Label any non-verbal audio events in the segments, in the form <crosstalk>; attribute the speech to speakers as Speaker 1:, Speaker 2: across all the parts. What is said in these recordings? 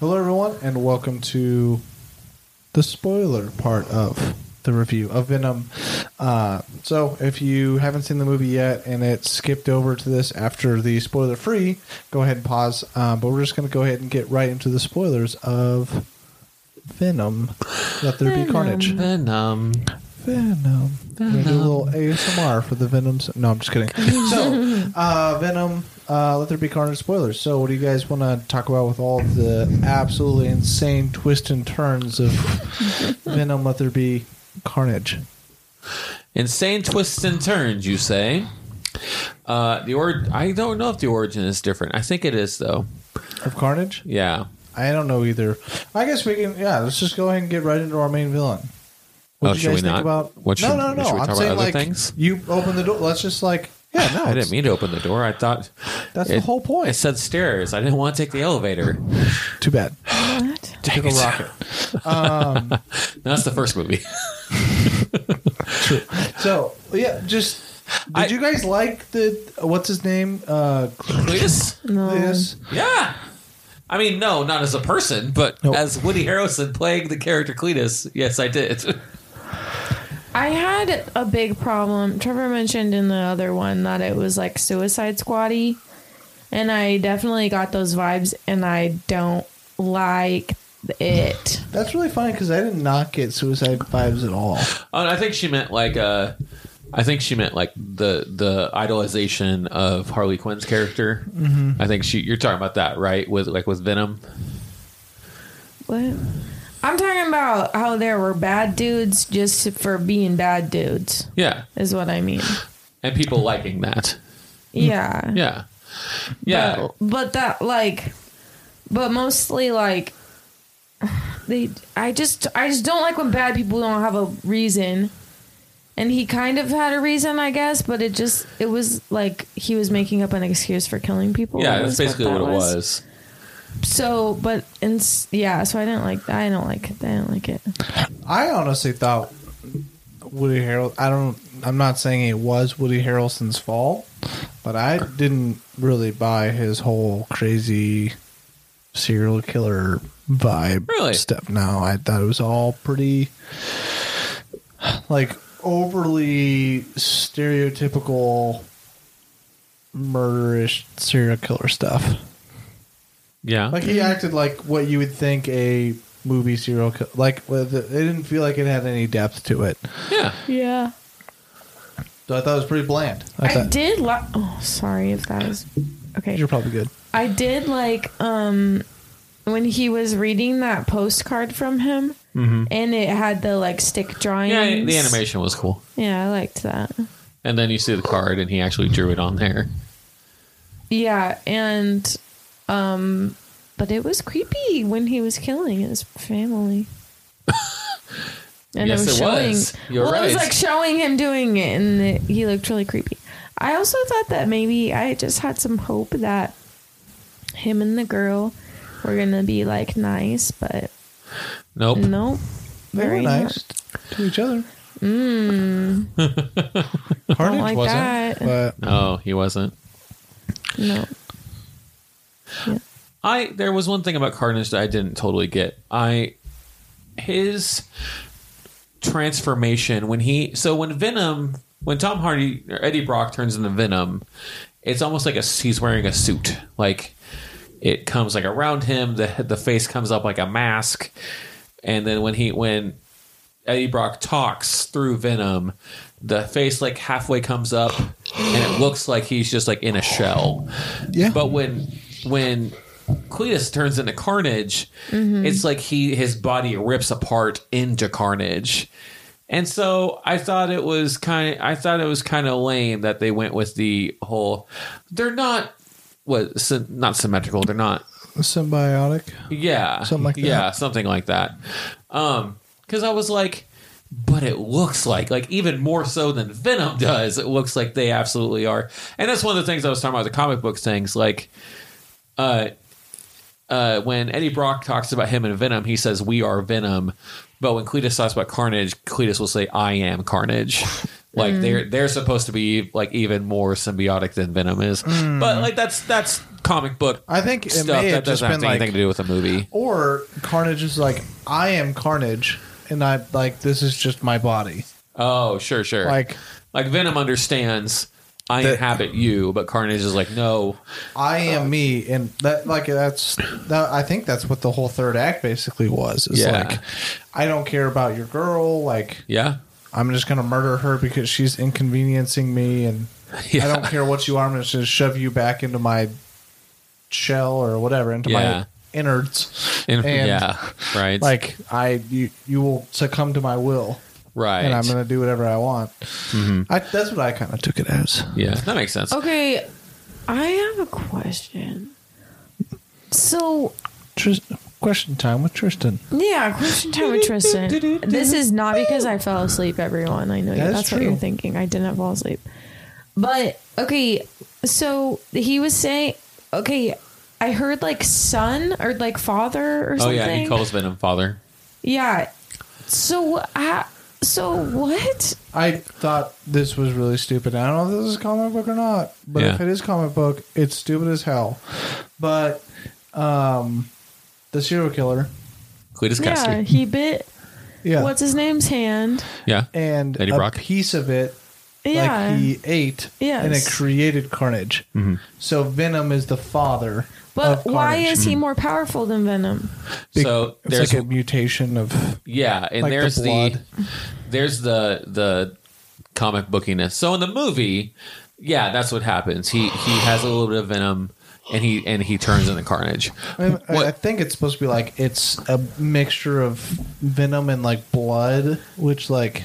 Speaker 1: Hello, everyone, and welcome to the spoiler part of the review of Venom. Uh, so, if you haven't seen the movie yet and it skipped over to this after the spoiler free, go ahead and pause. Uh, but we're just going to go ahead and get right into the spoilers of Venom. Let there be carnage.
Speaker 2: Venom.
Speaker 1: Venom. Venom. We're gonna do a little ASMR for the Venoms. No, I'm just <laughs> kidding. so, uh, Venom. Uh, let there be carnage spoilers. So, what do you guys want to talk about with all the absolutely insane twists and turns <laughs> of Venom? Let there be carnage.
Speaker 2: Insane twists and turns, you say? Uh, the or I don't know if the origin is different. I think it is though.
Speaker 1: Of carnage?
Speaker 2: Yeah.
Speaker 1: I don't know either. I guess we can. Yeah, let's just go ahead and get right into our main villain.
Speaker 2: Oh, should we not?
Speaker 1: about?
Speaker 2: What should-
Speaker 1: no, no, no.
Speaker 2: should we
Speaker 1: I'm
Speaker 2: talk about
Speaker 1: saying
Speaker 2: other
Speaker 1: like
Speaker 2: things?
Speaker 1: you open the door. Let's just like yeah. No,
Speaker 2: I
Speaker 1: it's-
Speaker 2: didn't mean to open the door. I thought oh,
Speaker 1: That's the whole point.
Speaker 2: It said stairs. I didn't want to take the elevator.
Speaker 1: Too bad.
Speaker 3: What?
Speaker 2: Take
Speaker 1: Pickle rocket.
Speaker 2: <laughs> That's the first movie.
Speaker 1: So yeah, just did
Speaker 2: I-
Speaker 1: you guys like the what's his name? Uh,
Speaker 2: Cletus?
Speaker 1: this
Speaker 2: Yeah. I mean, no, not as a person, but
Speaker 1: Nope.
Speaker 2: as Woody Harrelson playing the character Cletus. Yes, I did. <laughs>
Speaker 3: I had a big problem. Trevor mentioned in the other one that it was like Suicide Squatty, and I definitely got those vibes, and I don't like it.
Speaker 1: that's really funny because I did not get Suicide vibes at all.
Speaker 2: Oh, and I think she meant like uh I think she meant like the the idolization of Harley Quinn's character.
Speaker 3: Mm-hmm.
Speaker 2: I think she you're talking about that, right? With like with Venom.
Speaker 3: What? I'm talking about how there were bad dudes just for being bad dudes,
Speaker 2: Yeah.
Speaker 3: is what I mean.
Speaker 2: And people liking that.
Speaker 3: Yeah.
Speaker 2: Yeah. Yeah.
Speaker 3: But, but that like but mostly like they I just I just don't like when bad people don't have a reason. And he kind of had a reason, I guess, but it just it was like he was making up an excuse for killing people.
Speaker 2: yeah,
Speaker 3: That
Speaker 2: that's
Speaker 3: was what
Speaker 2: basically
Speaker 3: that
Speaker 2: what, it was.
Speaker 3: So, but and s- yeah, so I didn't like I don't like it. I didn't like it.
Speaker 1: I honestly thought Woody Harrel. I don't. I'm not saying it was Woody Harrelson's fault, but I didn't really buy his whole crazy serial killer vibe
Speaker 2: Really?
Speaker 1: stuff. No, I thought it was all pretty like overly stereotypical murderish serial killer stuff.
Speaker 2: Yeah.
Speaker 1: Like he acted like what you would think a movie serial killer. Like with- it didn't feel like it had any depth to it.
Speaker 2: yeah.
Speaker 3: Yeah.
Speaker 1: So I thought it was pretty bland. I,
Speaker 3: I,
Speaker 1: thought
Speaker 3: did like Oh, sorry if that was Okay.
Speaker 1: you're probably good.
Speaker 3: I did like um when he was reading that postcard from him, and it had the like stick drawings.
Speaker 2: Yeah, the animation was cool.
Speaker 3: Yeah, I liked that.
Speaker 2: And then you see the card and he actually drew it on there.
Speaker 3: Yeah, and um, but it was creepy when he was killing
Speaker 2: <laughs>
Speaker 3: his family. And
Speaker 2: Yes, it was. You're
Speaker 3: well, it was
Speaker 2: right.
Speaker 3: like showing him doing it, and it, he looked really creepy. I also thought that maybe I just had some hope that him and the girl were gonna be like nice, but
Speaker 2: Nope.
Speaker 3: nope.
Speaker 1: They were
Speaker 3: Very
Speaker 1: nice to each other.
Speaker 2: <laughs>
Speaker 1: Mm. Carnage
Speaker 3: Don't like
Speaker 1: wasn't,
Speaker 3: that.
Speaker 1: but
Speaker 2: No, he wasn't.
Speaker 3: No.
Speaker 2: I there was one thing about Carnage that I didn't totally get. I his transformation when he so when Venom when Tom Hardy or Eddie Brock turns into Venom, it's almost like a he's wearing a suit. Like it comes like around him, the the face comes up like a mask, and then when he when Eddie Brock talks through Venom, the face like halfway comes up, and it looks like he's just like in a shell.
Speaker 1: yeah,
Speaker 2: But when when Cletus turns into Carnage, it's like he his body rips apart into Carnage. And so I thought it was kind I thought it was kind of lame that they went with the whole they're not what sy- not symmetrical, they're not
Speaker 1: symbiotic.
Speaker 2: yeah.
Speaker 1: Something like that.
Speaker 2: Yeah, something like that. Um, cuz I was like but it looks like like even more so than Venom does. It looks like they absolutely are. And that's one of the things I was talking about the comic book things like uh uh, when Eddie Brock talks about him and Venom, he
Speaker 1: <laughs>
Speaker 2: says, We are Venom. But when Cletus talks about Carnage, Cletus will say, I am Carnage. Like
Speaker 1: Mm.
Speaker 2: they're they're supposed to be like even more symbiotic than Venom is,
Speaker 1: Mm.
Speaker 2: but like that's that's comic book
Speaker 1: I think it
Speaker 2: stuff
Speaker 1: may have
Speaker 2: that
Speaker 1: just
Speaker 2: doesn't have
Speaker 1: been like,
Speaker 2: anything to do with the movie.
Speaker 1: or Carnage is like, I am Carnage, and I like this is just my body.
Speaker 2: Oh, sure, sure.
Speaker 1: Like
Speaker 2: like Venom understands I
Speaker 1: That-
Speaker 2: inhabit you, but Carnage is like, no,
Speaker 1: I
Speaker 2: Uh,
Speaker 1: am me, and that like that's that, I think that's what the whole third act basically was. It's
Speaker 2: Yeah.
Speaker 1: like, I don't care about your girl. Like
Speaker 2: yeah,
Speaker 1: I'm just gonna murder her because she's inconveniencing me, and
Speaker 2: <laughs> yeah,
Speaker 1: I don't care what you are. I'm just gonna shove you back into my shell or whatever, into
Speaker 2: Yeah.
Speaker 1: my innards,
Speaker 2: And-
Speaker 1: and
Speaker 2: yeah, right,
Speaker 1: like I you you will succumb to my will.
Speaker 2: right, Mm-hmm.
Speaker 1: and I'm going to do whatever I want. I, that's what I kind of took it as.
Speaker 2: yeah, that makes sense.
Speaker 3: Okay, I have a question. So
Speaker 1: Trist- question time with Tristan.
Speaker 3: yeah,
Speaker 2: <laughs>
Speaker 3: question time with Tristan. This is not because I fell asleep, everyone. I know you,
Speaker 1: That is
Speaker 3: that's what
Speaker 1: true.
Speaker 3: you're thinking. I didn't fall asleep. But okay, so he was saying okay, I heard like son or like father or
Speaker 2: Oh
Speaker 3: something.
Speaker 2: yeah, he calls Venom father.
Speaker 3: Yeah. So I, so what?
Speaker 1: I thought this was really stupid. I don't know if this is comic book or not, but
Speaker 2: Yeah.
Speaker 1: if it is comic book, it's stupid as hell. But um, the serial killer,
Speaker 2: Cletus
Speaker 3: Yeah,
Speaker 2: Cassidy.
Speaker 3: he bit
Speaker 1: yeah,
Speaker 3: what's his name's hand.
Speaker 2: Yeah.
Speaker 1: and
Speaker 2: Eddie
Speaker 1: a
Speaker 2: Brock?
Speaker 1: piece of it,
Speaker 3: Yeah.
Speaker 1: like he ate,
Speaker 3: Yes.
Speaker 1: and it created Carnage.
Speaker 2: Mm-hmm.
Speaker 1: So Venom is the father.
Speaker 3: but
Speaker 1: of
Speaker 3: why
Speaker 1: Carnage. Hmm.
Speaker 3: is he more powerful than Venom?
Speaker 1: Be-
Speaker 2: Mm-hmm. so
Speaker 1: it's
Speaker 2: there's
Speaker 1: like a mutation of
Speaker 2: yeah, and
Speaker 1: like the
Speaker 2: there's the,
Speaker 1: blood.
Speaker 2: there's the the comic bookiness. So in the movie, yeah, that's what happens. He he has a little bit of venom and he and he turns into carnage.
Speaker 1: I, I- I
Speaker 2: What-
Speaker 1: think it's supposed to be like it's a mixture of venom and like blood, which like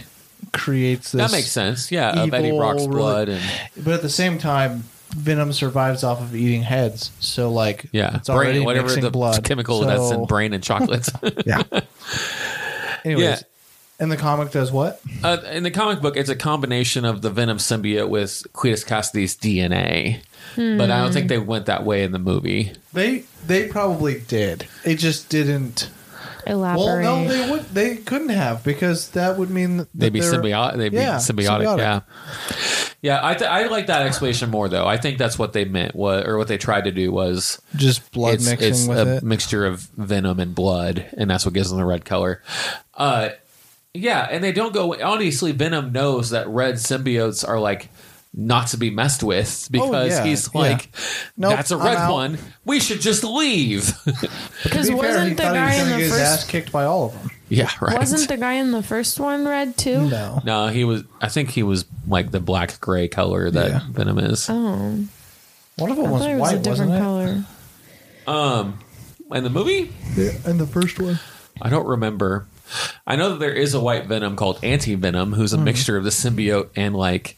Speaker 1: creates this.
Speaker 2: that makes sense. Yeah, of Eddie
Speaker 1: evil,
Speaker 2: Brock's
Speaker 1: really-
Speaker 2: blood and
Speaker 1: But at the same time, venom survives off of eating heads, so like
Speaker 2: yeah,
Speaker 1: it's already
Speaker 2: whatever
Speaker 1: mixing
Speaker 2: the
Speaker 1: blood
Speaker 2: chemical
Speaker 1: so,
Speaker 2: that's in brain and chocolates.
Speaker 1: <laughs> Yeah. <laughs> Anyways,
Speaker 2: Yeah.
Speaker 1: and the comic does what?
Speaker 2: Uh, in the comic book, it's a combination of the Venom symbiote with Cletus Cassidy's DNA, but I don't
Speaker 1: Hmm.
Speaker 2: think they went that way in the movie.
Speaker 1: They they probably did. It just didn't. Well,
Speaker 3: Elaborate.
Speaker 1: no, they would. They couldn't have because that would mean that
Speaker 2: They'd be
Speaker 1: they're-
Speaker 2: symbiotic. They'd
Speaker 1: Yeah,
Speaker 2: be symbiotic,
Speaker 1: symbiotic.
Speaker 2: Yeah, yeah. I th- I like that explanation more though. I think that's what they meant. What or what they tried to do was
Speaker 1: Just blood
Speaker 2: it's,
Speaker 1: mixing
Speaker 2: it's
Speaker 1: with
Speaker 2: a
Speaker 1: it.
Speaker 2: mixture of venom and blood, and that's what gives them the red color. Uh, yeah, and they don't go. Honestly, Venom knows that red symbiotes are like not to be messed with because
Speaker 1: Oh, yeah,
Speaker 2: he's
Speaker 1: yeah.
Speaker 2: like,
Speaker 1: Nope,
Speaker 2: that's a
Speaker 1: I'm
Speaker 2: red
Speaker 1: out."
Speaker 2: one. We should just leave. <laughs>
Speaker 3: Because
Speaker 1: To be fair, he
Speaker 3: wasn't the
Speaker 1: thought he was
Speaker 3: guy
Speaker 1: gonna
Speaker 3: in
Speaker 1: get
Speaker 3: the
Speaker 1: his ass
Speaker 3: first
Speaker 1: kicked by all of them?
Speaker 2: yeah, right.
Speaker 3: wasn't the guy in the first one red too?
Speaker 1: No.
Speaker 2: no, he was. I think he was like the black gray color that
Speaker 1: Yeah.
Speaker 2: Venom is.
Speaker 3: Oh,
Speaker 1: One of them
Speaker 3: I
Speaker 1: was
Speaker 3: thought it
Speaker 1: white,
Speaker 3: was a
Speaker 1: was not
Speaker 3: different color.
Speaker 2: Um, in the movie,
Speaker 1: it? Yeah, and the first one.
Speaker 2: I don't remember. I know that there is a white venom called anti venom, who's
Speaker 1: Hmm.
Speaker 2: a mixture of the symbiote and like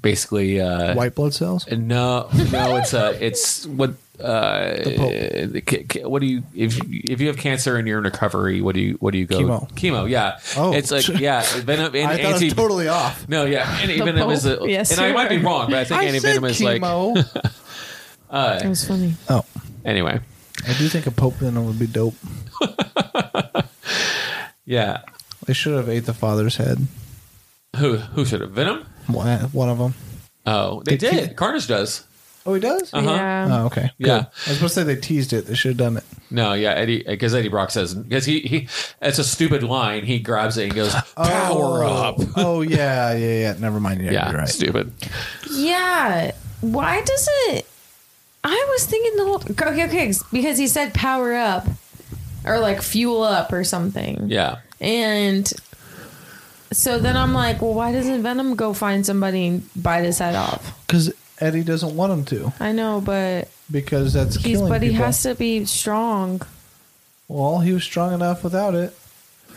Speaker 2: basically uh,
Speaker 1: White blood cells.
Speaker 2: No, no, it's uh, it's what uh,
Speaker 1: The
Speaker 2: ca- ca- what do you if you- if you have cancer and you're in recovery, what do you what do you go
Speaker 1: Chemo.
Speaker 2: Chemo, yeah.
Speaker 1: Oh. <laughs>
Speaker 2: it's like yeah, venom and
Speaker 1: I thought it
Speaker 2: anti.
Speaker 1: was totally off.
Speaker 2: no, yeah, anti
Speaker 3: The
Speaker 2: venom is a,
Speaker 3: Pope. Yes,
Speaker 2: and I
Speaker 3: you
Speaker 2: might be
Speaker 3: were.
Speaker 2: wrong, but I think anti venom is like <laughs>
Speaker 1: like.
Speaker 3: That was funny.
Speaker 1: oh,
Speaker 2: anyway.
Speaker 1: I do think a Pope Venom would be dope.
Speaker 2: Yeah,
Speaker 1: They should have ate the father's head.
Speaker 2: who who should have venom?
Speaker 1: One one of them.
Speaker 2: Oh, they
Speaker 1: They
Speaker 2: did.
Speaker 1: keep-
Speaker 2: Carnage does.
Speaker 1: Oh, he does?
Speaker 2: Uh-huh.
Speaker 3: Yeah.
Speaker 1: Oh, okay.
Speaker 2: Yeah.
Speaker 1: Good. I was supposed to say they teased it. They should have done it.
Speaker 2: No, yeah, Eddie, because Eddie Brock says because he he it's a stupid line. He grabs it and goes power
Speaker 1: oh,
Speaker 2: up.
Speaker 1: <laughs> oh, yeah, yeah, yeah. Never mind. Yeah,
Speaker 2: Yeah,
Speaker 1: you're right.
Speaker 2: stupid.
Speaker 3: Yeah. Why does it? I was thinking the whole okay, okay, because he said power up or like fuel up or something.
Speaker 2: Yeah,
Speaker 3: And so then I'm like, well, why doesn't Venom go find somebody and bite his head off?
Speaker 1: Because Eddie doesn't want him to
Speaker 3: I know, but
Speaker 1: because that's
Speaker 3: he's
Speaker 1: killing
Speaker 3: but he
Speaker 1: people.
Speaker 3: has to be strong.
Speaker 1: Well, he was strong enough without it.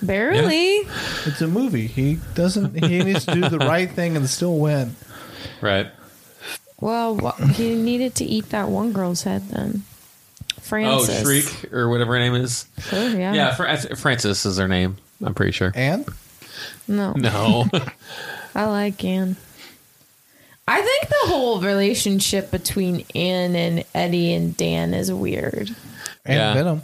Speaker 3: Barely.
Speaker 1: It's a movie. He doesn't.
Speaker 2: <laughs>
Speaker 1: He needs to do the right thing and still win.
Speaker 2: right.
Speaker 3: Well, wh- he needed to eat that one girl's head then.
Speaker 2: Oh,
Speaker 3: Francis.
Speaker 2: Shriek or whatever her name is.
Speaker 3: Sure, yeah.
Speaker 2: Yeah, Fr- I th- Francis is her name. I'm pretty sure.
Speaker 1: And
Speaker 3: No.
Speaker 1: <laughs>
Speaker 2: No,
Speaker 3: I like Anne. I think the whole relationship between Anne and Eddie and Dan is weird.
Speaker 1: and
Speaker 2: Yeah.
Speaker 1: Venom.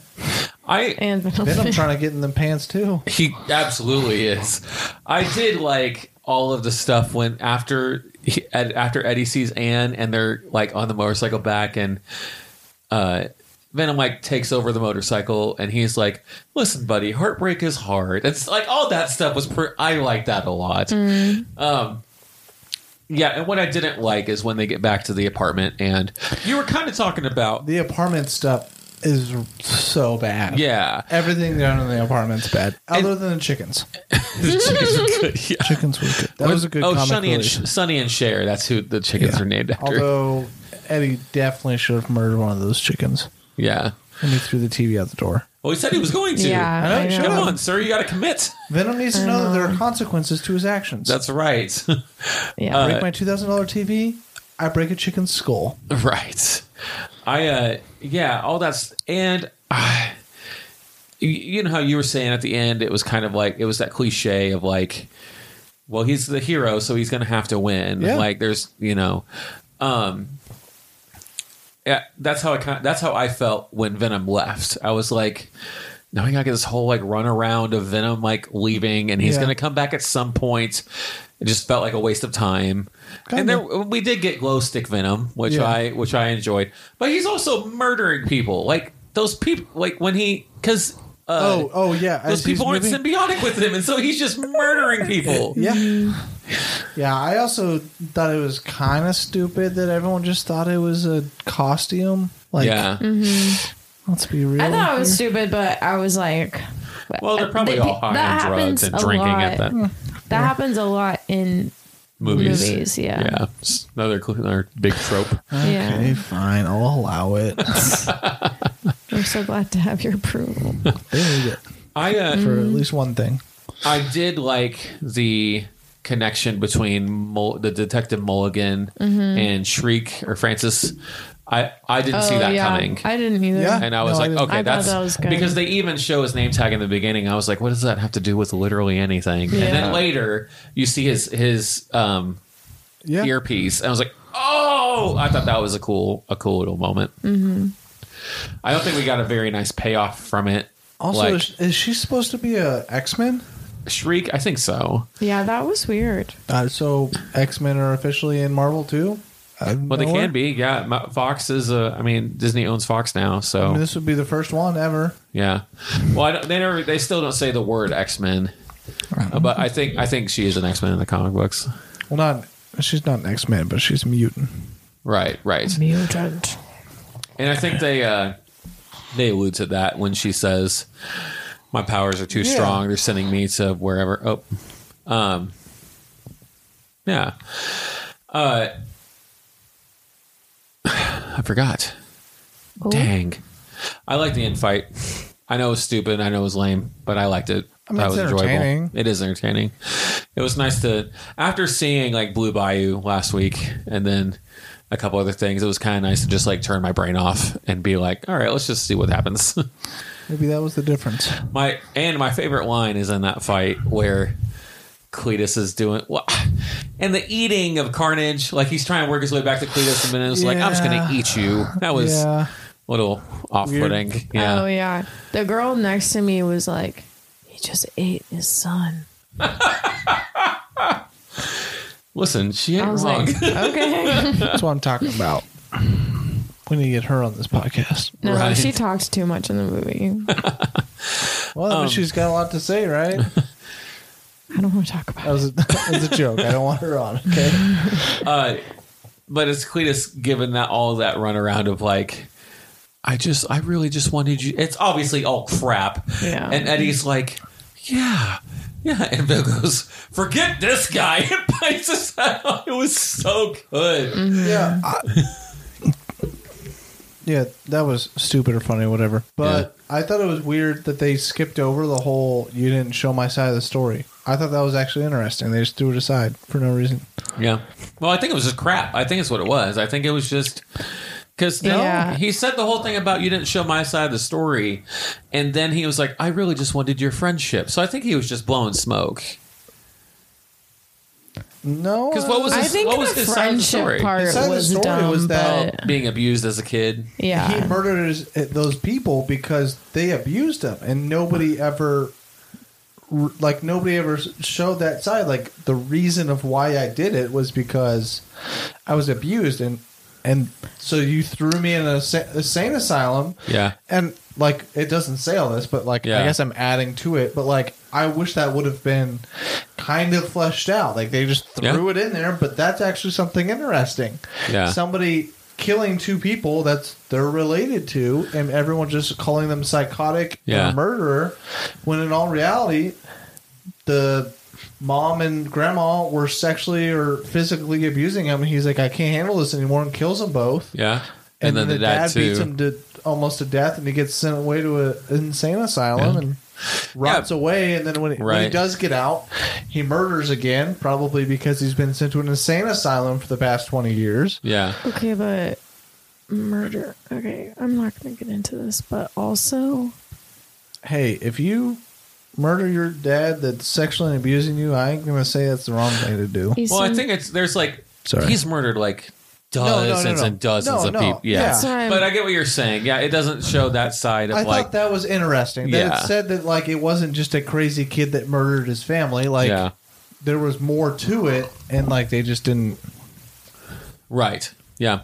Speaker 2: I
Speaker 3: And <laughs>
Speaker 1: Venom trying to get in the pants too.
Speaker 2: he absolutely is. I did like all of the stuff when after he, Ed, after Eddie sees Anne and they're like on the motorcycle back and uh, Venom like takes over the motorcycle and he's like, "Listen, buddy, heartbreak is hard." It's like all that stuff was. Pre- I like that a lot. Um, yeah, and what I didn't like is when they get back to the apartment and you were kind of talking about
Speaker 1: The apartment stuff is so bad. <laughs>
Speaker 2: yeah. <laughs>
Speaker 1: Everything down in the apartment's bad, other than the chickens.
Speaker 2: The chickens were good. Yeah.
Speaker 1: Chickens was good. That was a good.
Speaker 2: oh,
Speaker 1: comic
Speaker 2: Sunny and
Speaker 1: relief.
Speaker 2: Sunny and Cher. That's who the chickens
Speaker 1: Yeah.
Speaker 2: are named after.
Speaker 1: Although Eddie definitely should have murdered one of those chickens
Speaker 2: yeah.
Speaker 1: when he threw the TV out the door.
Speaker 2: Well, he said he was going to.
Speaker 3: Yeah,
Speaker 1: I know, shut
Speaker 2: Come
Speaker 1: up.
Speaker 2: on, sir. You got to commit.
Speaker 1: Venom needs to know that there are consequences to his actions.
Speaker 2: That's right. <laughs>
Speaker 3: Yeah.
Speaker 1: break
Speaker 2: uh,
Speaker 1: my two thousand dollar TV. I break a chicken's skull. <laughs>
Speaker 2: right. I, uh, yeah, all that's, and I, you- you know how you were saying at the end, it was kind of like, it was that cliche of like, well, he's the hero, so he's going to have to win.
Speaker 1: Yeah.
Speaker 2: Like, there's, you know, um, yeah, that's how I kind that's how I felt when Venom left. I was like, now I got this whole like runaround of Venom like leaving, and he's
Speaker 1: Yeah.
Speaker 2: gonna come back at some point. It just felt like a waste of time. And
Speaker 1: Kinda.
Speaker 2: there we did get glow stick Venom, which
Speaker 1: Yeah.
Speaker 2: I which I enjoyed, but he's also murdering people. Like those people, like when he because. Uh,
Speaker 1: oh, oh yeah.
Speaker 2: those
Speaker 1: as he's
Speaker 2: people aren't
Speaker 1: moving-
Speaker 2: symbiotic with him, and so he's just murdering people.
Speaker 1: <laughs> Yeah. Yeah, I also thought it was kind of stupid that everyone just thought it was a costume. Like,
Speaker 2: yeah,
Speaker 3: Mm. Mm-hmm.
Speaker 1: let's be real.
Speaker 3: I thought it was
Speaker 1: here.
Speaker 3: stupid, but I was like, uh,
Speaker 2: well, they're probably
Speaker 3: They-
Speaker 2: all high
Speaker 3: that
Speaker 2: on drugs
Speaker 3: happens
Speaker 2: and
Speaker 3: a
Speaker 2: drinking at
Speaker 3: lot.
Speaker 2: that
Speaker 3: that happens a lot in
Speaker 2: movies.
Speaker 3: Movies, yeah.
Speaker 2: yeah. It's Another cl- another big trope.
Speaker 3: yeah.
Speaker 1: Okay, fine. I'll allow
Speaker 3: <laughs>
Speaker 1: it.
Speaker 3: I'm so glad to have your approval.
Speaker 1: they need it
Speaker 2: I uh,
Speaker 3: Mm.
Speaker 1: for
Speaker 3: Mm-hmm.
Speaker 1: at least one thing.
Speaker 2: I did like the connection between Mul- the detective Mulligan
Speaker 3: Mm-hmm.
Speaker 2: and Shriek or Francis. I I didn't see that
Speaker 3: Oh, yeah.
Speaker 2: coming.
Speaker 3: I didn't either.
Speaker 1: Yeah.
Speaker 2: and I was
Speaker 1: No, I
Speaker 2: like,
Speaker 1: didn't.
Speaker 2: okay,
Speaker 3: I thought
Speaker 2: that's
Speaker 3: that was good.
Speaker 2: because they even show his name tag in the beginning. I was like, what does that have to do with literally anything? And then
Speaker 3: Yeah.
Speaker 2: later, you see his his um,
Speaker 1: Yeah.
Speaker 2: earpiece, and I was like, oh, I thought that was a cool a cool little moment. Mm-hmm. I don't think we got a very nice payoff from it.
Speaker 1: Also,
Speaker 2: Like-
Speaker 1: is, is she supposed to be a X Men?
Speaker 2: Shriek, I think so.
Speaker 3: Yeah, that was weird.
Speaker 1: Uh, so X Men are officially in Marvel too. Well,
Speaker 2: Well, they can be. Yeah, Mo- Fox is. Uh, I mean, Disney owns Fox now,
Speaker 1: I
Speaker 2: so
Speaker 1: mean, this would be the first one ever.
Speaker 2: yeah. Well, I don't, they never. They still don't say the word X Men, but I think I think she is an X Men in the comic books.
Speaker 1: Well, not she's not an X Man, but she's a mutant.
Speaker 2: Right, right.
Speaker 3: Mutant.
Speaker 2: And I think they uh, they allude to that when she says, "My powers are too
Speaker 1: Yeah.
Speaker 2: strong. They're sending me to wherever." Oh, um, yeah. Uh, <sighs> I forgot.
Speaker 3: Oh.
Speaker 2: Dang, I like the infight. I know it was stupid. I know it was lame, but I liked it.
Speaker 1: I mean,
Speaker 2: that
Speaker 1: it's
Speaker 2: was
Speaker 1: entertaining.
Speaker 2: enjoyable. It is entertaining. It was nice to after seeing like Blue Bayou last week and then a couple other things. It was kind of nice to just like turn my brain off and be like, all right, let's just see what happens. <laughs>
Speaker 1: Maybe that was the difference.
Speaker 2: my and my favorite line is in that fight where Cletus is doing well, <sighs> and the eating of Carnage. Like he's trying to work his way back to Cletus, and then it's like, I'm just going to
Speaker 1: Yeah.
Speaker 2: eat you. That was.
Speaker 1: yeah.
Speaker 2: a Little off-putting,
Speaker 3: Oh yeah. The girl next to me was like, he just ate his son.
Speaker 2: Listen, she ain't
Speaker 3: I
Speaker 2: <laughs>
Speaker 3: was
Speaker 2: wrong.
Speaker 3: <laughs> like, okay.
Speaker 1: That's what I'm talking about. We need to get her on this podcast.
Speaker 3: No,
Speaker 2: Right.
Speaker 3: she talked too much in the movie.
Speaker 1: Well, I
Speaker 2: Um.
Speaker 1: mean, she's got a lot to say, right? That
Speaker 3: I don't want to talk about
Speaker 1: was a, that was a joke. I don't want her on. Okay.
Speaker 2: uh, but it's Cletus given that all that runaround of like, I just, I really just wanted you. It's obviously all crap.
Speaker 3: Yeah.
Speaker 2: And Eddie's like, yeah, yeah. And Bill goes, forget this guy. <laughs> It bites his head off. It was so good.
Speaker 3: Mm-hmm.
Speaker 1: Yeah. I- yeah, that was stupid or funny or whatever. But I thought it was weird that they skipped over the whole you didn't show my side of the story. I thought that was actually interesting. They just threw it aside for no reason.
Speaker 2: Yeah. Well, I think it was just crap. I think it's what it was. I think it was just because
Speaker 3: Yeah.
Speaker 2: he said the whole thing about you didn't show my side of the story, and then he was like, "I really just wanted your friendship." So I think he was just blowing smoke.
Speaker 1: No.
Speaker 2: Because what was
Speaker 3: it. I
Speaker 2: his,
Speaker 3: think
Speaker 2: what was
Speaker 3: the
Speaker 2: his side of the
Speaker 3: friendship
Speaker 2: story?
Speaker 3: part
Speaker 1: His side of the
Speaker 3: was
Speaker 1: story
Speaker 3: dumb,
Speaker 1: was that-
Speaker 3: but
Speaker 2: Being abused as a kid.
Speaker 1: He
Speaker 3: yeah,
Speaker 1: murdered his, those people because they abused him, and nobody ever r- like nobody ever s- showed that side. Like the reason of why I did it was because I was abused, and and so you threw me in a, sa- a sane asylum.
Speaker 2: Yeah.
Speaker 1: and like it doesn't say all this, but like
Speaker 2: Yeah.
Speaker 1: I guess I'm adding to it. But like I wish that would have been kind of fleshed out. Like they just
Speaker 2: Yeah.
Speaker 1: threw it in there, but that's actually something interesting.
Speaker 2: Yeah.
Speaker 1: somebody killing two people that's they're related to and everyone just calling them psychotic
Speaker 2: Yeah.
Speaker 1: and a murderer when in all reality the mom and grandma were sexually or physically abusing him and he's like i can't handle this anymore and kills them both
Speaker 2: Yeah.
Speaker 1: and, then, the dad,
Speaker 2: too.
Speaker 1: beats him to almost to death and he gets sent away to an insane asylum
Speaker 2: Yeah.
Speaker 1: and rots
Speaker 2: Yeah.
Speaker 1: away and then when, he when he
Speaker 2: Right.
Speaker 1: does get out he murders again probably because he's been sent to an insane asylum for the past 20 years
Speaker 2: Yeah.
Speaker 3: Okay, but murder. Okay, I'm not gonna get into this, but also
Speaker 1: hey, if you murder your dad that's sexually abusing you, I ain't gonna say that's the wrong thing to do.
Speaker 3: he's
Speaker 2: Well, I
Speaker 3: some-
Speaker 2: think it's there's like
Speaker 1: Sorry.
Speaker 2: he's murdered like
Speaker 1: no, no,
Speaker 2: dozens
Speaker 1: no.
Speaker 2: and dozens
Speaker 1: No,
Speaker 2: of
Speaker 1: no.
Speaker 2: people.
Speaker 1: Yeah.
Speaker 2: Yeah.
Speaker 3: That's what I'm-
Speaker 2: But I get what you're saying. Yeah, it doesn't show that side of
Speaker 1: I
Speaker 2: like
Speaker 1: thought that was interesting. That
Speaker 2: Yeah.
Speaker 1: it said that like it wasn't just a crazy kid that murdered his family. Like
Speaker 2: Yeah.
Speaker 1: there was more to it, and like they just didn't,
Speaker 2: right. Yeah.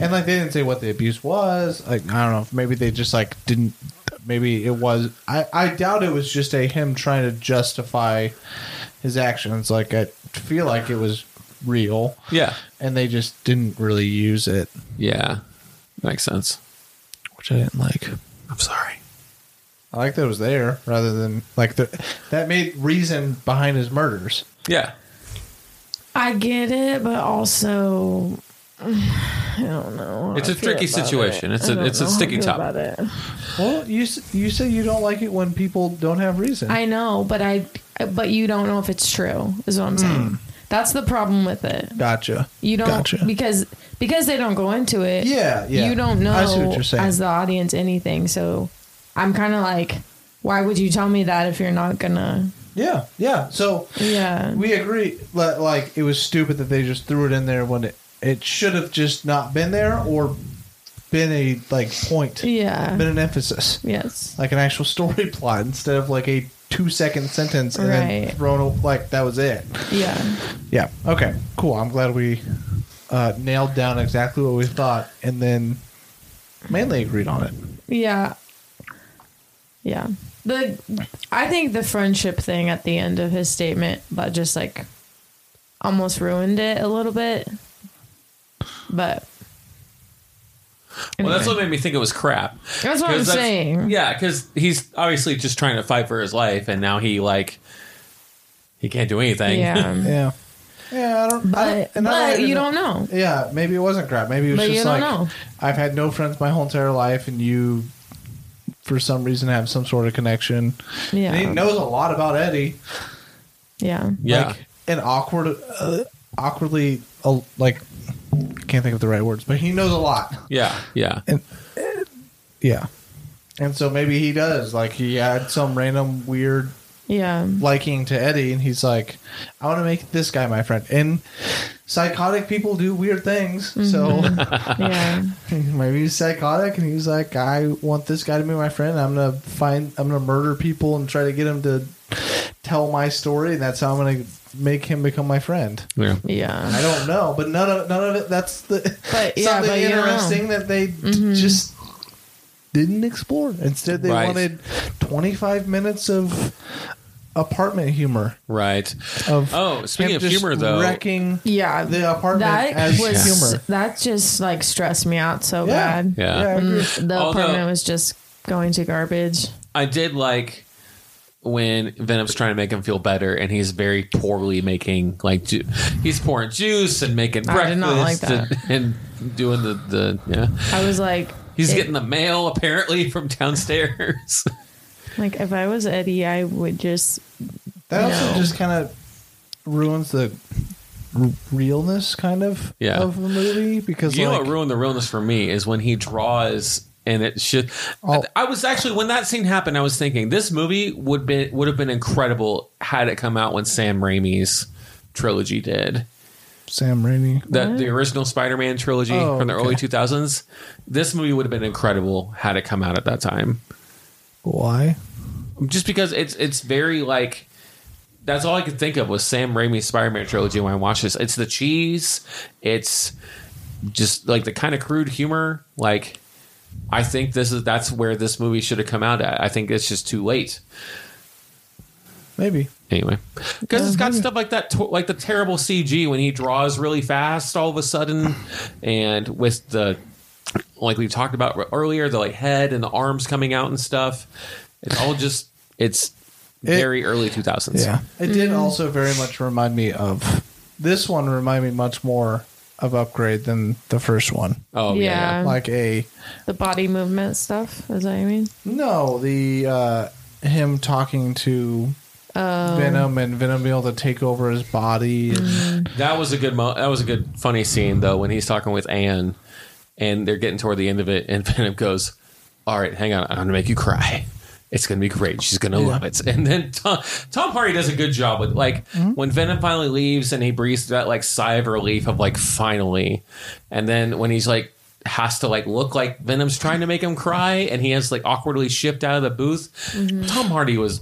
Speaker 1: and like they didn't say what the abuse was. Like I don't know. Maybe they just like didn't. Maybe it was. I I doubt it was just a him trying to justify his actions. Like I feel like it was real,
Speaker 2: Yeah.
Speaker 1: and they just didn't really use it.
Speaker 2: Yeah. Makes sense.
Speaker 1: which I didn't like.
Speaker 2: I'm sorry.
Speaker 1: I like that it was there rather than like the, that made reason behind his murders.
Speaker 2: Yeah.
Speaker 3: I get it, but also <sighs> I don't know. how
Speaker 2: It's
Speaker 3: I
Speaker 2: a
Speaker 3: feel
Speaker 2: tricky
Speaker 3: about
Speaker 2: situation.
Speaker 3: it.
Speaker 2: It's
Speaker 3: I
Speaker 2: a-
Speaker 3: don't
Speaker 2: it's a
Speaker 3: know how I
Speaker 2: sticky
Speaker 3: feel
Speaker 2: topic.
Speaker 3: about it.
Speaker 1: Well, you s- you say you don't like it when people don't have reason.
Speaker 3: I know, but I but you don't know if it's true. Is
Speaker 1: Hmm.
Speaker 3: what I'm saying. That's the problem with it.
Speaker 1: gotcha.
Speaker 3: You don't
Speaker 1: Gotcha.
Speaker 3: because because they don't go into it.
Speaker 1: Yeah, yeah.
Speaker 3: You don't know
Speaker 1: I see what you're saying.
Speaker 3: as the audience anything. So I'm kind of like, why would you tell me that if you're not gonna?
Speaker 1: yeah, yeah. So
Speaker 3: Yeah.
Speaker 1: we agree. li- Like it was stupid that they just threw it in there when it it should have just not been there or been a like point,
Speaker 3: yeah.
Speaker 1: been an emphasis,
Speaker 3: yes.
Speaker 1: like an actual <laughs> story plot instead of like a two second sentence and then
Speaker 3: Right.
Speaker 1: thrown o- like that was it.
Speaker 3: Yeah.
Speaker 1: Yeah. Okay. Cool. I'm glad we uh, nailed down exactly what we thought, and then mainly agreed on it.
Speaker 3: Yeah. Yeah. The I think the friendship thing at the end of his statement but just like almost ruined it a little bit. But
Speaker 2: Well, that's what
Speaker 3: Anyway.
Speaker 2: made me think it was crap.
Speaker 3: That's what I'm
Speaker 2: 'Cause
Speaker 3: saying.
Speaker 2: Yeah, because he's obviously just trying to fight for his life, and now he like he can't do anything.
Speaker 3: Yeah.
Speaker 1: Yeah. Yeah. I don't. I
Speaker 3: But
Speaker 1: don't, and I
Speaker 3: but you
Speaker 1: even-
Speaker 3: don't know.
Speaker 1: Yeah. Maybe it wasn't crap. Maybe it was
Speaker 3: But you
Speaker 1: just
Speaker 3: don't
Speaker 1: like
Speaker 3: know.
Speaker 1: I've had no friends my whole entire life, and you, for some reason, have some sort of connection.
Speaker 3: Yeah.
Speaker 1: And he knows a lot about Eddie.
Speaker 3: Yeah.
Speaker 2: yeah,
Speaker 1: Like, an awkward, uh, awkwardly, uh, like, I can't think of the right words, but he knows a lot.
Speaker 2: <laughs> yeah, yeah.
Speaker 1: Yeah. And so maybe he does. Like he had some random weird
Speaker 3: Yeah.
Speaker 1: liking to Eddie, and he's like, "I want to make this guy my friend." And psychotic people do weird things, <laughs>
Speaker 3: Mm-hmm. <laughs> Yeah.
Speaker 1: so maybe he's psychotic, and he's like, "I want this guy to be my friend. I'm gonna find, I'm gonna murder people and try to get him to tell my story, and that's how I'm gonna make him become my friend."
Speaker 2: yeah.
Speaker 3: Yeah.
Speaker 1: I don't know, but none of none of it. That's the <laughs>
Speaker 3: But, yeah,
Speaker 1: something
Speaker 3: but you don't know. Mm-hmm.
Speaker 1: interesting that they d- just didn't explore. Instead, they
Speaker 2: Right.
Speaker 1: wanted twenty five minutes of apartment humor.
Speaker 2: Right.
Speaker 1: Of
Speaker 2: Oh, speaking
Speaker 1: him
Speaker 2: of
Speaker 1: just
Speaker 2: humor, though-
Speaker 1: wrecking <laughs>
Speaker 3: Yeah.
Speaker 1: the apartment as humor.
Speaker 3: that just like stressed me out so
Speaker 1: Yeah,
Speaker 3: bad. Mm.
Speaker 2: Yeah.
Speaker 1: I agree.
Speaker 3: The
Speaker 2: Although-
Speaker 3: apartment was just going to garbage.
Speaker 2: I did like when Venom's trying to make him feel better, and he's very poorly making like ju- he's pouring juice and making
Speaker 3: I
Speaker 2: breakfast
Speaker 3: did not like
Speaker 2: And, and doing the the yeah.
Speaker 3: I was like
Speaker 2: He's
Speaker 3: it-
Speaker 2: getting the mail apparently <laughs> from downstairs.
Speaker 3: Like if I was Eddie, I would just
Speaker 1: That also
Speaker 3: No.
Speaker 1: just kind of ruins the r- realness, kind of,
Speaker 2: Yeah.
Speaker 1: of the movie because
Speaker 2: you know
Speaker 1: like,
Speaker 2: what ruined the realness for me is when he draws and it should.
Speaker 1: Oh.
Speaker 2: I was actually when that scene happened, I was thinking this movie would be would have been incredible had it come out when Sam Raimi's trilogy did.
Speaker 1: Sam Raimi.
Speaker 2: the, the original Spider-Man trilogy
Speaker 1: Oh,
Speaker 2: from the
Speaker 1: okay.
Speaker 2: early 2000s. This movie would have been incredible had it come out at that time.
Speaker 1: Why?
Speaker 2: just because it's it's very like that's all I could think of was Sam Raimi's Spider-Man trilogy when I watched this. It's the cheese, it's just like the kind of crude humor. Like I think this is that's where this movie should have come out at. I think it's just too late.
Speaker 1: Maybe.
Speaker 2: Anyway, because it's got stuff like that, to- like the terrible CG when he draws really fast all of a sudden, and with the like we talked about earlier, the like head and the arms coming out and stuff. It's all just it's
Speaker 1: It-
Speaker 2: very early two thousands.
Speaker 1: It did also very much remind me of this one remind me much more of upgrade than the first one.
Speaker 2: Oh yeah.
Speaker 3: Yeah.
Speaker 1: Like a
Speaker 3: The body movement stuff, is that what you mean?
Speaker 1: no, the uh him talking to
Speaker 2: Oh.
Speaker 1: Venom and Venom being able to take over his body.
Speaker 2: Mm. That was a good mo- that was a good funny scene though when he's talking with Anne and they're getting toward the end of it and <laughs> Venom goes, "All right, hang on, I'm going to make you cry. It's going to be great. She's going to love it." And then Tom, Tom Hardy does a good job with like when Venom finally leaves and he breathes that like sigh of relief of like finally. And then when he's like has to like look like Venom's trying to make him cry and he has like awkwardly shipped out of the booth. Tom Hardy was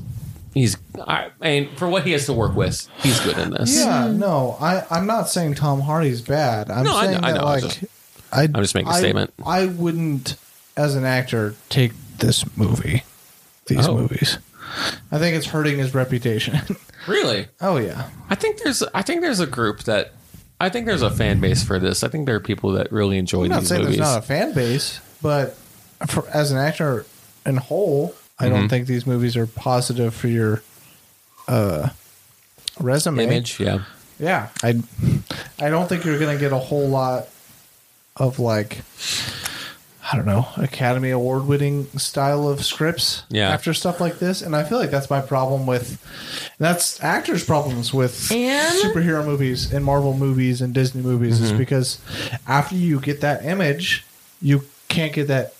Speaker 2: he's I, and for what he has to work with, he's good in this.
Speaker 1: Yeah, no, I, I'm not saying Tom Hardy's bad. I'm
Speaker 2: No, I
Speaker 1: saying
Speaker 2: know- I
Speaker 1: that
Speaker 2: know, I
Speaker 1: like
Speaker 2: just-
Speaker 1: I,
Speaker 2: I'm just making a
Speaker 1: I-
Speaker 2: statement.
Speaker 1: I wouldn't, as an actor, take this movie, these
Speaker 2: Oh.
Speaker 1: movies. I think it's hurting his reputation. <laughs>
Speaker 2: Really?
Speaker 1: oh yeah,
Speaker 2: I think there's I think there's a group that I think there's a fan base for this. I think there are people that really enjoy
Speaker 1: I'm not
Speaker 2: these
Speaker 1: saying
Speaker 2: movies.
Speaker 1: there's not a fan base, but for, as an actor in whole, I
Speaker 2: Mm-hmm.
Speaker 1: don't think these movies are positive for your uh, resume.
Speaker 2: Image, yeah.
Speaker 1: Yeah, I I don't think you're gonna get a whole lot of like I don't know Academy Award winning style of scripts
Speaker 2: Yeah.
Speaker 1: after stuff like this, and I feel like that's my problem with that's actors' problems with
Speaker 3: And-
Speaker 1: superhero movies and Marvel movies and Disney movies
Speaker 2: Mm-hmm.
Speaker 1: is because after you get that image, you can't get that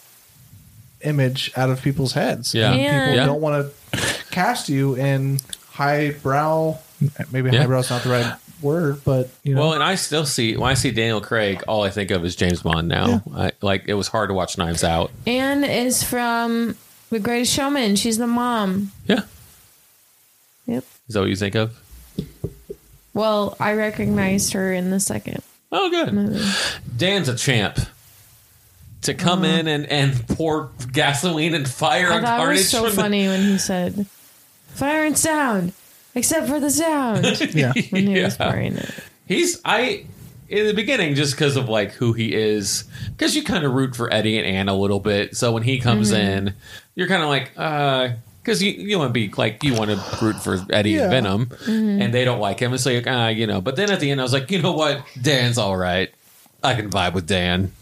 Speaker 1: image out of people's heads.
Speaker 2: Yeah.
Speaker 1: and people
Speaker 3: And-
Speaker 2: Yeah.
Speaker 1: don't want to cast you in highbrow. Maybe
Speaker 2: Yeah.
Speaker 1: highbrow's not the right word, but you know,
Speaker 2: Well, and I still see when I see Daniel Craig, all I think of is James Bond now. I, like it was hard to watch Knives Out.
Speaker 3: Anne is from The Greatest Showman. She's the mom.
Speaker 2: Yeah.
Speaker 3: Yep.
Speaker 2: Is that what you think of?
Speaker 3: Well, I recognized her in the second
Speaker 2: Oh good.
Speaker 3: movie.
Speaker 2: Dan's a champ. To come in and, and pour gasoline and fire
Speaker 3: I
Speaker 2: on
Speaker 3: thought it
Speaker 2: carnage
Speaker 3: Uh-huh. Oh, was so
Speaker 2: from the- <laughs>
Speaker 3: funny when he said, "Fire and sound, except for
Speaker 2: <laughs>
Speaker 3: the sound."
Speaker 1: <laughs> yeah,
Speaker 3: When he was
Speaker 2: Yeah.
Speaker 3: pouring it.
Speaker 2: He's I in the beginning just because of like who he is, because you kind of root for Eddie and Anne a little bit. So when he comes
Speaker 3: Mm-hmm.
Speaker 2: in, you're kind of like, uh, because you you want to be like you want to root for Eddie
Speaker 1: Yeah.
Speaker 2: and Venom,
Speaker 3: Mm-hmm.
Speaker 2: and they don't like him, and so you're uh, you know. But then at the end, I was like, you know what, Dan's all right. I can vibe with Dan.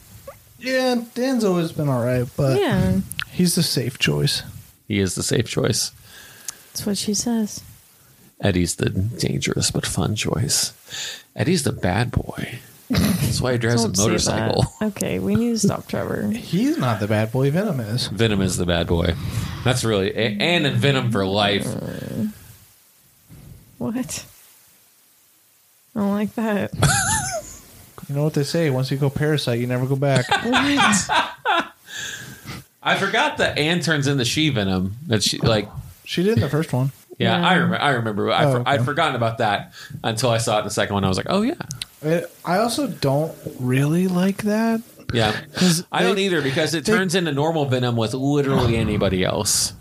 Speaker 1: yeah. Dan's always been all right, but
Speaker 3: Yeah,
Speaker 1: he's the safe choice.
Speaker 2: He is the safe choice.
Speaker 3: that's what she says.
Speaker 2: Eddie's the dangerous but fun choice. Eddie's the bad boy. That's why he drives a
Speaker 3: Don't say
Speaker 2: motorcycle.
Speaker 3: that. Okay, we need to
Speaker 2: <laughs>
Speaker 3: stop Trevor.
Speaker 1: He's not the bad boy. Venom is.
Speaker 2: Venom is the bad boy. That's really a- and in Venom for life.
Speaker 3: What? I don't like that.
Speaker 1: You know what they say? Once you go parasite, you never go back.
Speaker 3: What?
Speaker 2: I forgot that Anne turns into she Venom. That she like
Speaker 1: she did in the first one.
Speaker 2: yeah,
Speaker 3: Yeah.
Speaker 2: I remember. I remember. I,
Speaker 1: Oh,
Speaker 2: for-
Speaker 1: okay.
Speaker 2: I'd forgotten about that until I saw it in the second one. I was like, oh yeah,
Speaker 1: I I also don't really like that.
Speaker 2: yeah.
Speaker 1: 'Cause
Speaker 2: I don't
Speaker 1: they-
Speaker 2: either because it
Speaker 1: they-
Speaker 2: turns into normal Venom with literally anybody else.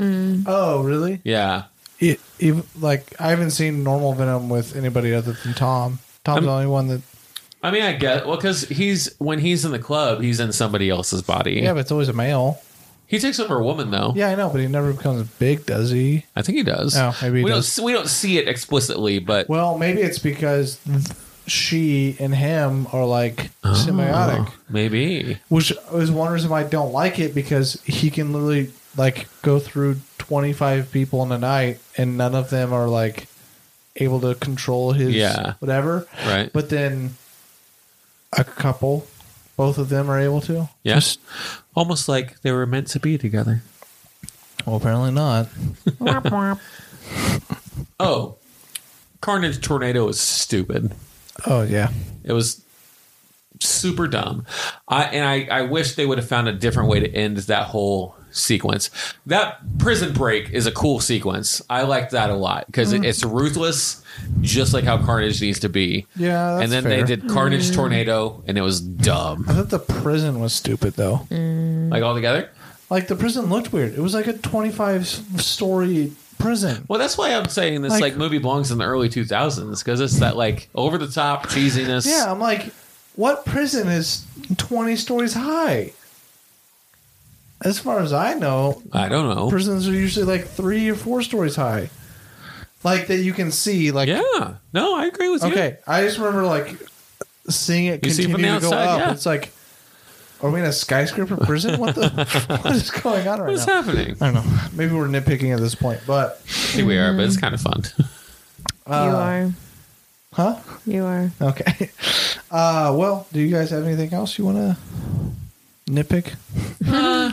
Speaker 1: Oh, really?
Speaker 2: Yeah,
Speaker 1: It, ev- E, like I haven't seen normal Venom with anybody other than Tom. Tom's
Speaker 2: I'm-
Speaker 1: the only one that.
Speaker 2: I mean, I get well because he's when he's in the club, he's in somebody else's body.
Speaker 1: Yeah, but it's always a male.
Speaker 2: he takes over a woman though.
Speaker 1: Yeah, I know, but he never becomes big, does he?
Speaker 2: I think he does.
Speaker 1: Oh, maybe he
Speaker 2: we
Speaker 1: does.
Speaker 2: don't. s- We don't see it explicitly, but
Speaker 1: Well, maybe it's because she and him are like symbiotic,
Speaker 2: Oh. maybe.
Speaker 1: which is one reason why I don't like it because he can literally like go through 25 people in a night and none of them are like able to control his
Speaker 2: Yeah.
Speaker 1: whatever.
Speaker 2: Right.
Speaker 1: But then a couple, both of them are able to.
Speaker 2: Yes. Almost like they were meant to be together.
Speaker 1: Well, apparently not.
Speaker 3: Womp womp.
Speaker 2: Oh. Carnage Tornado is stupid.
Speaker 1: Oh, yeah.
Speaker 2: It was super dumb. I and I, I wish they would have found a different way to end that whole sequence. That prison break is a cool sequence. I like that a lot because it's ruthless, just like how Carnage needs to be.
Speaker 1: Yeah, that's
Speaker 2: and then
Speaker 1: fair.
Speaker 2: they did Carnage Tornado, and it was dumb.
Speaker 1: I thought the prison was stupid though.
Speaker 2: Mm. Like all together.
Speaker 1: Like the prison looked weird. It was like a 25 s- story prison.
Speaker 2: Well, that's why I'm saying this
Speaker 1: Like-
Speaker 2: like, movie belongs in the early 2000s because it's that like over the top cheesiness.
Speaker 1: Yeah, I'm like, what prison is 20 stories high? As far as I know,
Speaker 2: I don't know.
Speaker 1: prisons are usually like three or four stories high. Like that you can see. Like
Speaker 2: yeah. No, I agree with you.
Speaker 1: okay, I just remember like seeing it
Speaker 2: You see it
Speaker 1: continue
Speaker 2: from
Speaker 1: to
Speaker 2: the
Speaker 1: go
Speaker 2: outside,
Speaker 1: up.
Speaker 2: yeah.
Speaker 1: It's like, are we in a skyscraper prison? What
Speaker 2: <laughs>
Speaker 1: the? <laughs> what is going on right
Speaker 2: What's
Speaker 1: now?
Speaker 2: happening?
Speaker 1: I don't know. Maybe we're nitpicking at this point, but
Speaker 2: I think we are, but it's kind of fun.
Speaker 3: you
Speaker 1: uh,
Speaker 3: are.
Speaker 1: huh?
Speaker 3: You are.
Speaker 1: Okay. <laughs> Uh, well, do you guys have anything else you want to nitpick?
Speaker 3: No.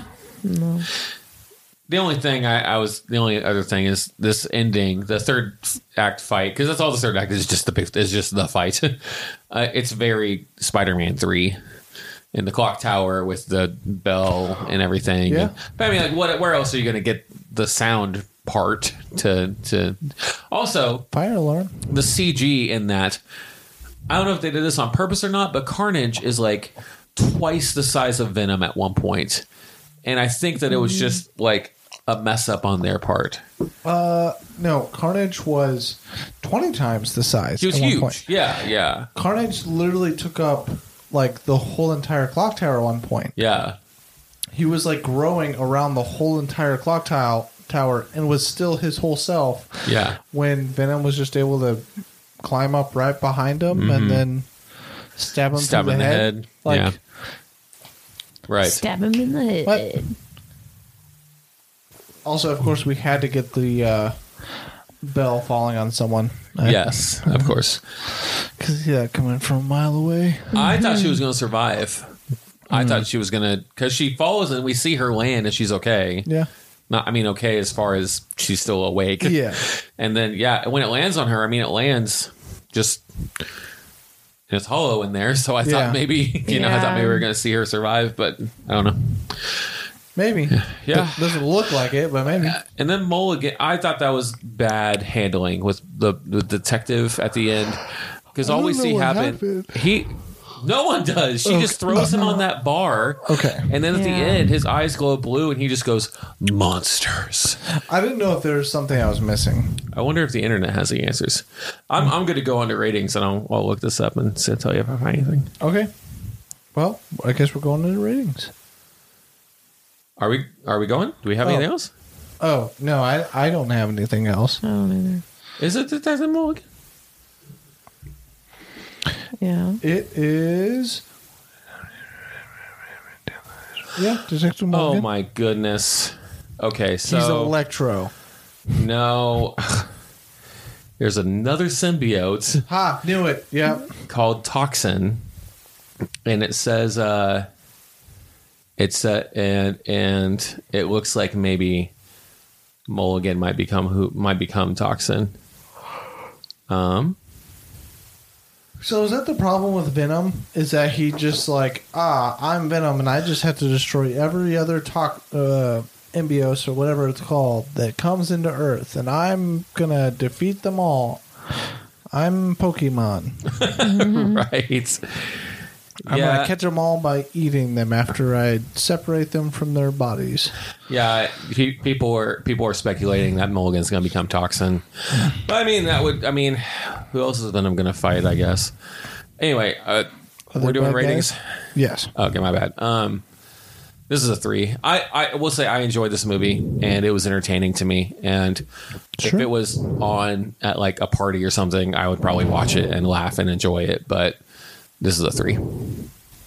Speaker 2: the only thing I, I was the only other thing is this ending the third act fight because that's all the third act is just the big is just the fight <laughs> uh, it's very spider-man 3 in the clock tower with the bell and everything
Speaker 1: Yeah.
Speaker 2: but i mean like what where else are you going to get the sound part to to also
Speaker 1: Fire alarm.
Speaker 2: the CG in that. I don't know if they did this on purpose or not, but Carnage is like twice the size of Venom at one point. And I think that it
Speaker 1: Mm.
Speaker 2: was just like a mess up on their part.
Speaker 1: Uh, no, Carnage was twenty times the size.
Speaker 2: He was
Speaker 1: at one
Speaker 2: huge.
Speaker 1: point.
Speaker 2: Yeah, yeah,
Speaker 1: Carnage literally took up like the whole entire clock tower at one point.
Speaker 2: yeah.
Speaker 1: He was like growing around the whole entire clock tower tower and was still his whole self.
Speaker 2: Yeah.
Speaker 1: When Venom was just able to climb up right behind him and then stab him
Speaker 2: Mm-hmm.
Speaker 1: through
Speaker 2: Stab him
Speaker 1: the,
Speaker 2: in the
Speaker 1: head.
Speaker 2: head.
Speaker 1: Like
Speaker 2: Yeah. Right.
Speaker 3: Stab him in the head.
Speaker 1: What? also of course we had to get the uh bell falling on someone.
Speaker 2: Yes,
Speaker 1: Mm-hmm.
Speaker 2: of course.
Speaker 1: Cuz yeah, coming from a mile away.
Speaker 2: I thought she was
Speaker 1: Mm-hmm.
Speaker 2: going to survive. I
Speaker 1: Mm.
Speaker 2: thought she was going to, because she falls and we see her land and she's okay.
Speaker 1: Yeah.
Speaker 2: Not, I mean, okay, as far as she's still awake.
Speaker 1: Yeah.
Speaker 2: And then, yeah, when it lands on her, I mean, it lands just. It's hollow in there, <laughs> so I
Speaker 1: Yeah.
Speaker 2: thought maybe <laughs> you know I thought
Speaker 3: Yeah.
Speaker 2: maybe we were going to see her survive, but I don't know.
Speaker 1: Maybe.
Speaker 2: Yeah.
Speaker 1: It doesn't look like it, but maybe.
Speaker 2: And then Mulligan, I thought that was bad handling with the, the detective at the end because all we
Speaker 1: don't know
Speaker 2: see
Speaker 1: what
Speaker 2: happen
Speaker 1: happened.
Speaker 2: he. No one does. She just
Speaker 1: <laughs>
Speaker 2: throws him on that bar.
Speaker 1: Okay.
Speaker 2: And then at
Speaker 3: Yeah.
Speaker 2: the end, his eyes glow blue and he just goes, Monsters.
Speaker 1: I didn't know if there was something I was missing.
Speaker 2: I wonder if the internet has the answers. I'm, I'm going to go under ratings and I'll, I'll look this up and s- tell you if I find anything.
Speaker 1: Okay. Well, I guess we're going into ratings.
Speaker 2: Are we are we going? Do we have
Speaker 1: Oh.
Speaker 2: anything else?
Speaker 1: Oh, no, I I don't have anything else.
Speaker 3: I don't either.
Speaker 2: Is it Detective Mulligan?
Speaker 3: Yeah.
Speaker 1: It is Yeah, Detective Morgan.
Speaker 2: Oh my goodness. Okay, so
Speaker 1: He's Electro.
Speaker 2: no. <laughs> There's another symbiote
Speaker 1: Ha, knew it. Yeah.
Speaker 2: called Toxin, and it says uh, it's uh, and and it looks like maybe Mulligan might become who might become Toxin. Um.
Speaker 1: So is that the problem with Venom? Is that he just like ah, I'm Venom, and I just have to destroy every other talk uh, Embios or whatever it's called that comes into Earth, and I'm gonna defeat them all. I'm Pokemon.
Speaker 2: <laughs> right.
Speaker 1: Mm. I'm
Speaker 2: yeah,
Speaker 1: gonna catch them all by eating them after I separate them from their bodies.
Speaker 2: yeah. He, people are people are speculating that Mulligan's going to
Speaker 1: <sighs>
Speaker 2: become Toxin, but I mean that would I mean, who else is then I'm going to fight? I guess. Anyway, uh,
Speaker 1: Are they
Speaker 2: we're doing
Speaker 1: bad guys?
Speaker 2: ratings.
Speaker 1: Yes.
Speaker 2: Okay, my bad. Um, this is a three. I I will say I enjoyed this movie and it was entertaining to me. And
Speaker 1: Sure.
Speaker 2: if it was on at like a party or something, I would probably watch it and laugh and enjoy it. But this is a three.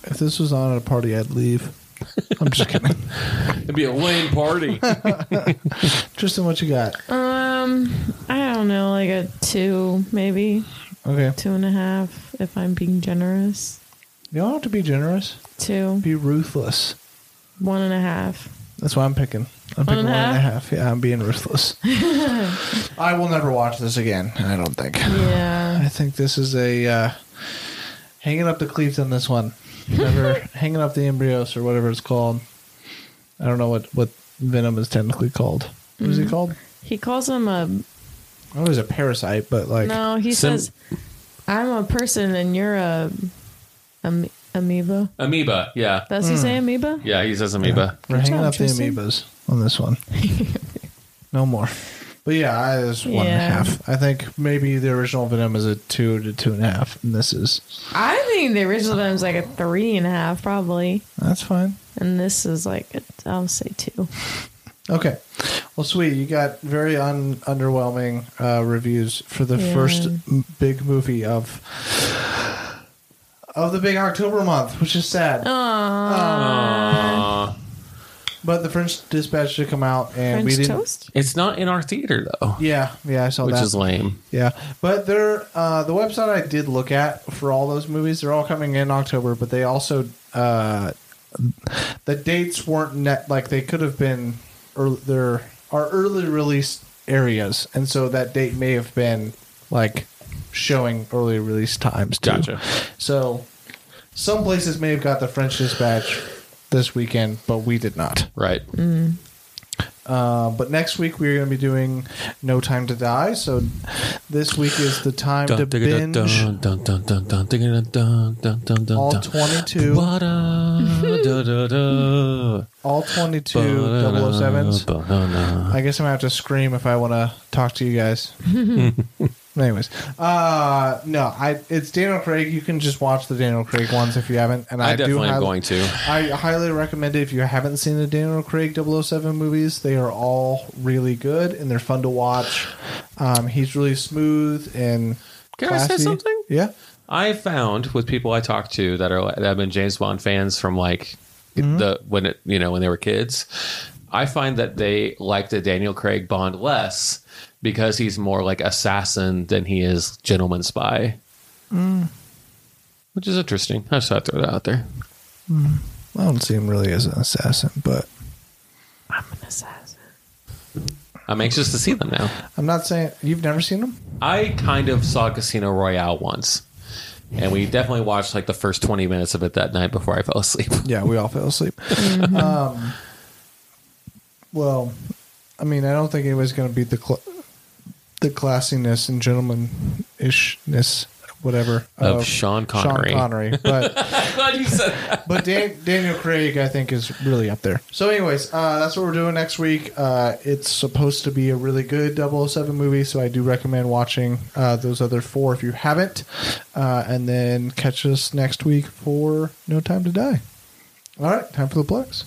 Speaker 1: If this was on at a party, I'd leave. I'm just kidding.
Speaker 2: It'd be a lame party.
Speaker 1: Tristan, what you got?
Speaker 3: Um, I don't know, like a two, maybe
Speaker 1: Okay.
Speaker 3: two and a half, if I'm being generous.
Speaker 1: You don't have to be generous.
Speaker 3: Two,
Speaker 1: Be ruthless.
Speaker 3: one and a half.
Speaker 1: That's what I'm picking. I'm
Speaker 3: One
Speaker 1: picking
Speaker 3: and a
Speaker 1: one and a
Speaker 3: half?
Speaker 1: half. Yeah, I'm being
Speaker 3: <laughs>
Speaker 1: ruthless. I will never watch this again. I don't think. I <sighs>
Speaker 3: Yeah.
Speaker 1: think this is a uh, hanging up the cleats on
Speaker 3: <laughs>
Speaker 1: this one. Never hanging up the embryos or whatever it's called. I don't know what what Venom is technically called. What
Speaker 3: Mm.
Speaker 1: is he called?
Speaker 3: He calls him a
Speaker 1: Oh, he's a parasite, but like
Speaker 3: no. He
Speaker 2: Sim-
Speaker 3: says, "I'm a person and you're a, am- amoeba."
Speaker 2: <laughs> Amoeba. Yeah.
Speaker 3: Does he say amoeba?
Speaker 2: Yeah, he says amoeba.
Speaker 1: we're hanging up the
Speaker 3: interesting.
Speaker 1: amoebas on this
Speaker 3: <laughs>
Speaker 1: one. no more. But yeah, I is one and a
Speaker 3: Yeah.
Speaker 1: half. I think maybe the original Venom is a two to two and a half, and this is
Speaker 3: I think the original Venom's like a three and a half, probably,
Speaker 1: that's fine.
Speaker 3: and this is like a, I'll say two.
Speaker 1: Okay. Well, sweet. You got very un- underwhelming uh, reviews for the
Speaker 3: Yeah.
Speaker 1: first m- big movie of of the big October month, which is sad.
Speaker 3: Oh.
Speaker 2: Aw.
Speaker 1: But the French Dispatch did come out, and we
Speaker 3: French
Speaker 1: didn't.
Speaker 3: toast.
Speaker 2: It's not in our theater though,
Speaker 1: Yeah, yeah, I saw
Speaker 2: which
Speaker 1: that.
Speaker 2: is lame.
Speaker 1: yeah, but they're uh, the website I did look at for all those movies. They're all coming in October, but they also uh, the dates weren't net like they could have been. Early, there are early release areas, and so that date may have been like showing early release times. Too.
Speaker 2: Gotcha.
Speaker 1: So some places may have got the French Dispatch this weekend, but we did not.
Speaker 2: Right.
Speaker 1: Mm. Uh, but next week we're going to be doing No Time to Die. So this week is the time to
Speaker 2: Dun, digga, dun,
Speaker 1: binge.
Speaker 2: dun, dun, dun, dun, digga, dun, dun, dun, dun,
Speaker 1: All
Speaker 2: dun.
Speaker 1: 22.
Speaker 2: Ba-da, da, da, da.
Speaker 1: All 22
Speaker 2: Ba-da-da,
Speaker 1: 007s.
Speaker 2: ba-da-da.
Speaker 1: I guess I'm going to have to scream if I want to talk to you guys. Anyways, uh, no, I it's Daniel Craig. You can just watch the Daniel Craig ones if you haven't. And I,
Speaker 2: I,
Speaker 1: do
Speaker 2: definitely am
Speaker 1: highly-
Speaker 2: going to.
Speaker 1: I highly recommend it if you haven't seen the Daniel Craig 007 movies. They are all really good and they're fun to watch. Um, he's really smooth and.
Speaker 2: Can I say
Speaker 1: classy.
Speaker 2: something?
Speaker 1: Yeah.
Speaker 2: I found with people I talk to that are that have been James Bond fans from like the when it you know when they were kids, I find that they like the Daniel Craig Bond less because he's more like assassin than he is gentleman spy, Mm. which is interesting. I just thought I'd throw that out there.
Speaker 1: I don't see him really as an assassin, but
Speaker 3: I'm an assassin.
Speaker 2: I'm anxious to see them now.
Speaker 1: I'm not saying you've never seen him.
Speaker 2: I kind of saw Casino Royale once, and we definitely watched like the first 20 minutes of it that night before I fell asleep. <laughs>
Speaker 1: Yeah, we all fell asleep. <laughs>
Speaker 2: Mm-hmm.
Speaker 1: um, well, I mean, I don't think anybody's going to beat the cl- the classiness and gentleman ishness, whatever,
Speaker 2: Of Sean Connery.
Speaker 1: Sean Connery, but.
Speaker 2: <laughs> I'm glad you said that.
Speaker 1: but Dan- Daniel Craig, I think, is really up there. So, anyways, uh, that's what we're doing next week. Uh, it's supposed to be a really good 007 movie, so I do recommend watching uh, those other four if you haven't. Uh, and then catch us next week for No Time to Die. All right, time for the plugs.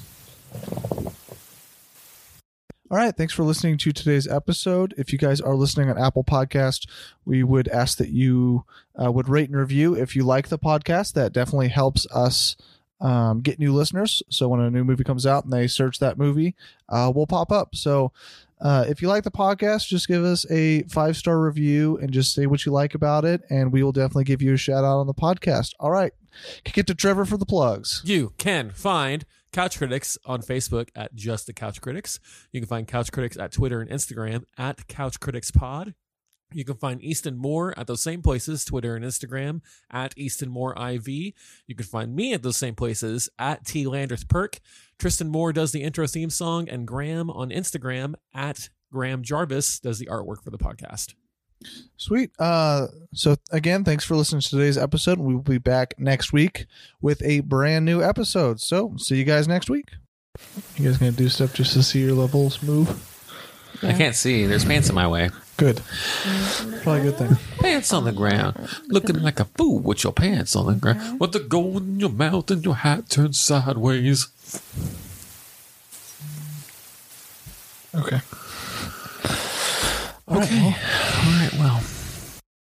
Speaker 1: All right, thanks for listening to today's episode. If you guys are listening on Apple Podcast, we would ask that you uh, would rate and review if you like the podcast. That definitely helps us um, get new listeners. So when a new movie comes out and they search that movie, uh, we'll pop up. So uh, if you like the podcast, just give us a five star review and just say what you like about it, and we will definitely give you a shout out on the podcast. All right, kick it to Trevor for the plugs.
Speaker 4: You can find Couch Critics on Facebook at just the Couch Critics. You can find Couch Critics at Twitter and Instagram at Couch Critics Pod. You can find Easton Moore at those same places, Twitter and Instagram at Easton Moore IV. You can find me at those same places at T Landers Perk. Tristan Moore does the intro theme song, and Graham on Instagram at Graham Jarvis does the artwork for the podcast.
Speaker 1: Sweet. Uh, so again, thanks for listening to today's episode. We will be back next week with a brand new episode. So see you guys next week. You guys gonna do stuff just to see your levels move?
Speaker 2: I can't see. There's pants in my way.
Speaker 1: Good. Probably a good thing.
Speaker 2: Pants on the ground, looking like a fool with your pants on the ground. With the gold in your mouth and your hat turned sideways.
Speaker 1: Okay.
Speaker 2: Okay.